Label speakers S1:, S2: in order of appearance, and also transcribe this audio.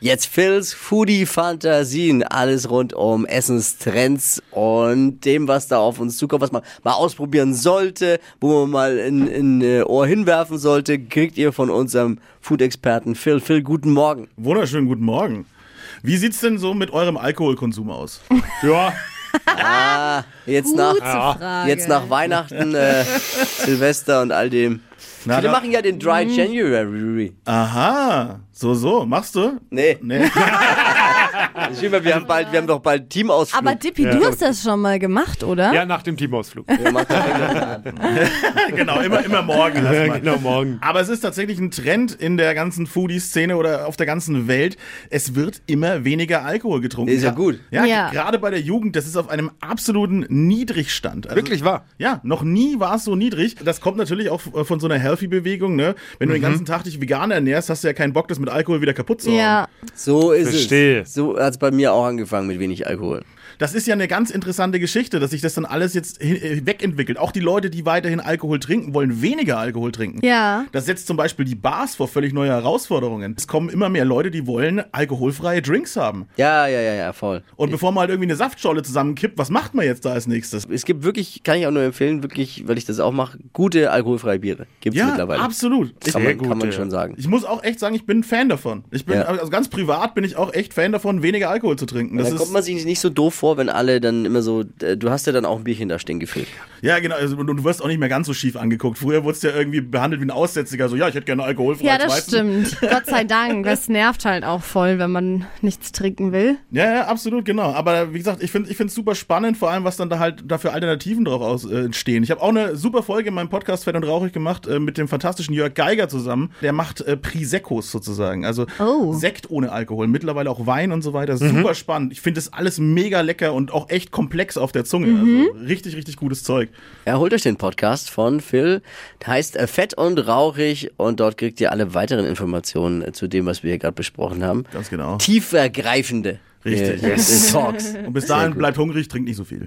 S1: Jetzt Phils Foodie-Fantasien, alles rund um Essenstrends und dem, was da auf uns zukommt, was man mal ausprobieren sollte, wo man mal in, in äh, Ohr hinwerfen sollte, kriegt ihr von unserem Food-Experten Phil. Phil, guten Morgen.
S2: Wunderschönen guten Morgen. Wie sieht's denn so mit eurem Alkoholkonsum aus? ja.
S1: Ah, jetzt, nach,
S3: Gute Frage.
S1: jetzt nach Weihnachten, äh, Silvester und all dem.
S2: Na,
S1: Wir
S2: da-
S1: machen ja den Dry
S3: Mhm.
S1: January.
S2: Aha, so, so. Machst du?
S1: Nee,
S2: Nee.
S1: ich will mal, wir haben bald, wir haben doch bald Teamausflug.
S3: Aber Dippi, du hast das schon mal gemacht, oder?
S4: Ja, nach dem Teamausflug.
S1: Wir machen das Ding an.
S2: genau, immer, immer morgen. lass mal.
S4: genau, morgen.
S2: Aber es ist tatsächlich ein Trend in der ganzen Foodie-Szene oder auf der ganzen Welt. Es wird immer weniger Alkohol getrunken.
S1: Ist ja gut.
S2: Ja,
S3: Ja.
S2: gerade bei der Jugend, das ist auf einem absoluten Niedrigstand. Also,
S4: Wirklich wahr.
S2: Ja, noch nie war es so niedrig. Das kommt natürlich auch äh, von so einer Healthy-Bewegung. Ne? Wenn du
S1: Mhm.
S2: den ganzen Tag dich vegan ernährst, hast du ja keinen Bock, das mit Alkohol wieder kaputt zu hauen.
S3: Ja.
S1: So ist
S4: Verstehe.
S1: es. So hat es bei mir auch angefangen mit wenig Alkohol.
S2: Das ist ja eine ganz interessante Geschichte, dass sich das dann alles jetzt hin- äh, wegentwickelt. Auch die Leute, die weiterhin Alkohol trinken, wollen weniger Alkohol trinken.
S3: Ja.
S2: Das setzt zum Beispiel die Bars vor völlig neue Herausforderungen. Es kommen immer mehr Leute, die wollen alkoholfreie Drinks haben.
S1: Ja, ja, ja, ja, voll.
S2: Und bevor man halt irgendwie eine Saftscholle zusammenkippt, was macht man jetzt da als nächstes?
S1: Es gibt wirklich, kann ich auch nur empfehlen, wirklich, weil ich das auch mache, gute alkoholfreie Biere. Gibt es
S2: Ja,
S1: mittlerweile.
S2: absolut. Ich,
S1: Kann,
S4: Sehr
S1: man, kann man
S4: gute.
S1: schon sagen.
S2: ich muss auch echt sagen, ich bin ein Fan davon. Ich bin
S1: Ja.
S2: also ganz privat bin ich auch echt Fan davon, weniger Alkohol zu trinken. Das
S1: Da
S2: ist
S1: kommt man sich nicht so doof vor, wenn alle dann immer so, äh, du hast ja dann auch ein Bierchen da stehen gefühlt.
S2: ja genau. Also, und du wirst auch nicht mehr ganz so schief angeguckt. Früher wurdest du ja irgendwie behandelt wie ein Aussätziger. So ja, ich hätte gerne alkoholfrei.
S3: Ja, das stimmt. Gott sei Dank. Das nervt halt auch voll, wenn man nichts trinken will.
S2: Ja, ja, absolut, genau. Aber wie gesagt, ich finde es ich find's super spannend, vor allem, was dann da halt dafür Alternativen drauf aus, äh, entstehen. Ich habe auch eine super Folge in meinem Podcast Fett und Rauchig gemacht äh, mit dem fantastischen Jörg Geiger zusammen. Der macht äh, Prisekos sozusagen. Also
S3: Oh.
S2: Sekt ohne Alkohol, mittlerweile auch Wein und so weiter. Super spannend. Ich finde das alles mega lecker und auch echt komplex auf der Zunge. Also richtig, richtig gutes Zeug.
S1: Ja, holt euch den Podcast von Phil. Der heißt äh, Fett und Rauchig und dort kriegt ihr alle weiteren Informationen äh, zu dem, was wir hier gerade besprochen haben.
S2: Ganz genau.
S1: Tiefergreifende.
S2: Richtig.
S1: Äh, Talks.
S2: Und bis dahin bleibt hungrig, trinkt nicht so viel.